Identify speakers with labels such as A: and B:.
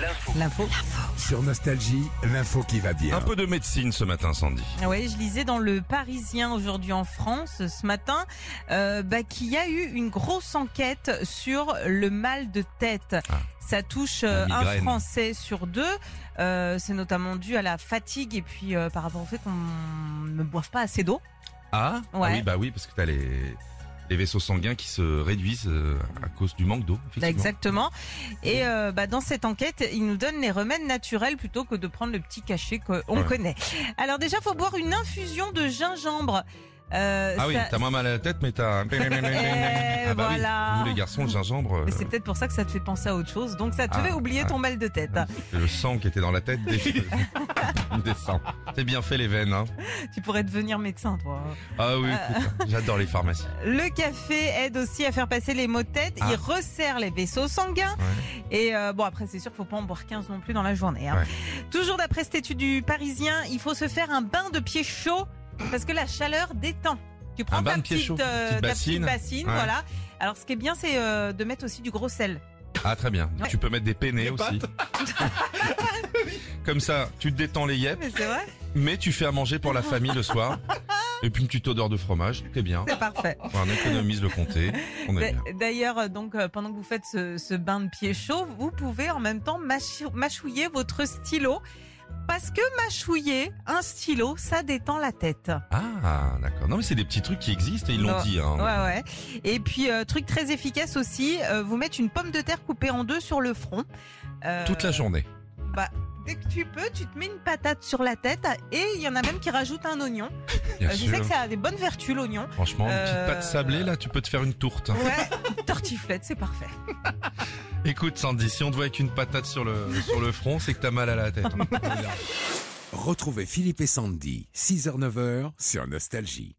A: L'info.
B: L'info.
C: Sur Nostalgie, l'info qui va bien.
D: Un peu de médecine ce matin, Sandy.
B: Ah Ouais, je lisais dans le Parisien aujourd'hui en France ce matin euh, bah, qu'il y a eu une grosse enquête sur le mal de tête. Ça touche euh,
D: La
B: un
D: migraine.
B: Français sur deux. Euh, c'est notamment dû à la fatigue et puis euh, par rapport au fait qu'on ne boive pas assez d'eau.
D: Ah, ah
B: Ouais.
D: oui, bah oui, parce que t'as les, les vaisseaux sanguins qui se réduisent euh, à cause du manque d'eau.
B: Bah,
D: effectivement.
B: Exactement. Et euh, bah, dans cette enquête, ils nous donnent les remèdes naturels plutôt que de prendre le petit cachet qu'on
D: Ouais.
B: connaît. Alors déjà, faut boire une infusion de gingembre. Euh,
D: Ah oui,
B: ça-
D: t'as moins mal à la tête, mais t'as.
B: Eh,
D: ah bah
B: voilà.
D: oui. Nous les garçons, le gingembre, euh,
B: Mais c'est peut-être pour ça que ça te fait penser à autre chose. Donc ça te
D: Ah,
B: fait oublier
D: ah.
B: ton mal de tête. hein.
D: euh, le sang qui était dans la tête des descend. C'est bien fait les veines. Hein.
B: Tu pourrais devenir médecin, toi. hein.
D: Ah
B: Euh.
D: oui, écoute, j'adore les pharmacies.
B: Le café aide aussi à faire passer les maux de tête.
D: Ah.
B: Il resserre les vaisseaux sanguins. Et euh, bon, après, c'est sûr qu'il faut pas en boire 15 non plus dans la journée. hein.
D: Ouais.
B: Toujours d'après cette étude du Parisien, il faut se faire un bain de pieds chaud parce que la chaleur détend. Tu prends
D: Un bain
B: ta,
D: de pieds
B: petite,
D: chauds,
B: euh,
D: petite
B: ta petite
D: bassine.
B: bassine,
D: Ouais.
B: voilà. Alors, ce qui est bien, c'est euh, de mettre aussi du gros sel.
D: Ah très bien. Tu peux mettre des peinés aussi. Comme ça, tu te détends les yeux.
B: Mais c'est vrai,
D: mais tu fais à manger pour la famille le soir. Et puis une petite odeur de fromage, c'est bien.
B: c'est parfait.
D: On économise le comté, on est bien.
B: D'a- D'ailleurs, euh, donc euh, pendant que vous faites ce, ce bain de pieds chaud, vous pouvez en même temps machi- mâchouiller votre stylo. Parce que mâchouiller un stylo, ça détend la tête.
D: Ah, d'accord. Non, mais c'est des petits trucs qui existent et ils l'ont
B: Non.
D: dit. Hein.
B: Ouais, ouais. Et puis, euh, truc très efficace aussi, euh, vous mettre une pomme de terre coupée en deux sur le front. Euh,
D: Toute la journée.
B: Dès que tu peux, tu te mets une patate sur la tête et il y en a même qui rajoutent un oignon.
D: Bien
B: Euh, je
D: sûr.
B: sais que ça a des bonnes vertus, l'oignon.
D: Franchement, une
B: Euh,
D: petite pâte sablée, là, tu peux te faire une tourte. hein.
B: Ouais, tortiflette, c'est parfait.
D: Écoute, Sandy, si on te voit avec une patate sur le, sur le front, c'est que t'as mal à la tête. hein.
C: Retrouvez Philippe et Sandy, 6h-9h sur Nostalgie.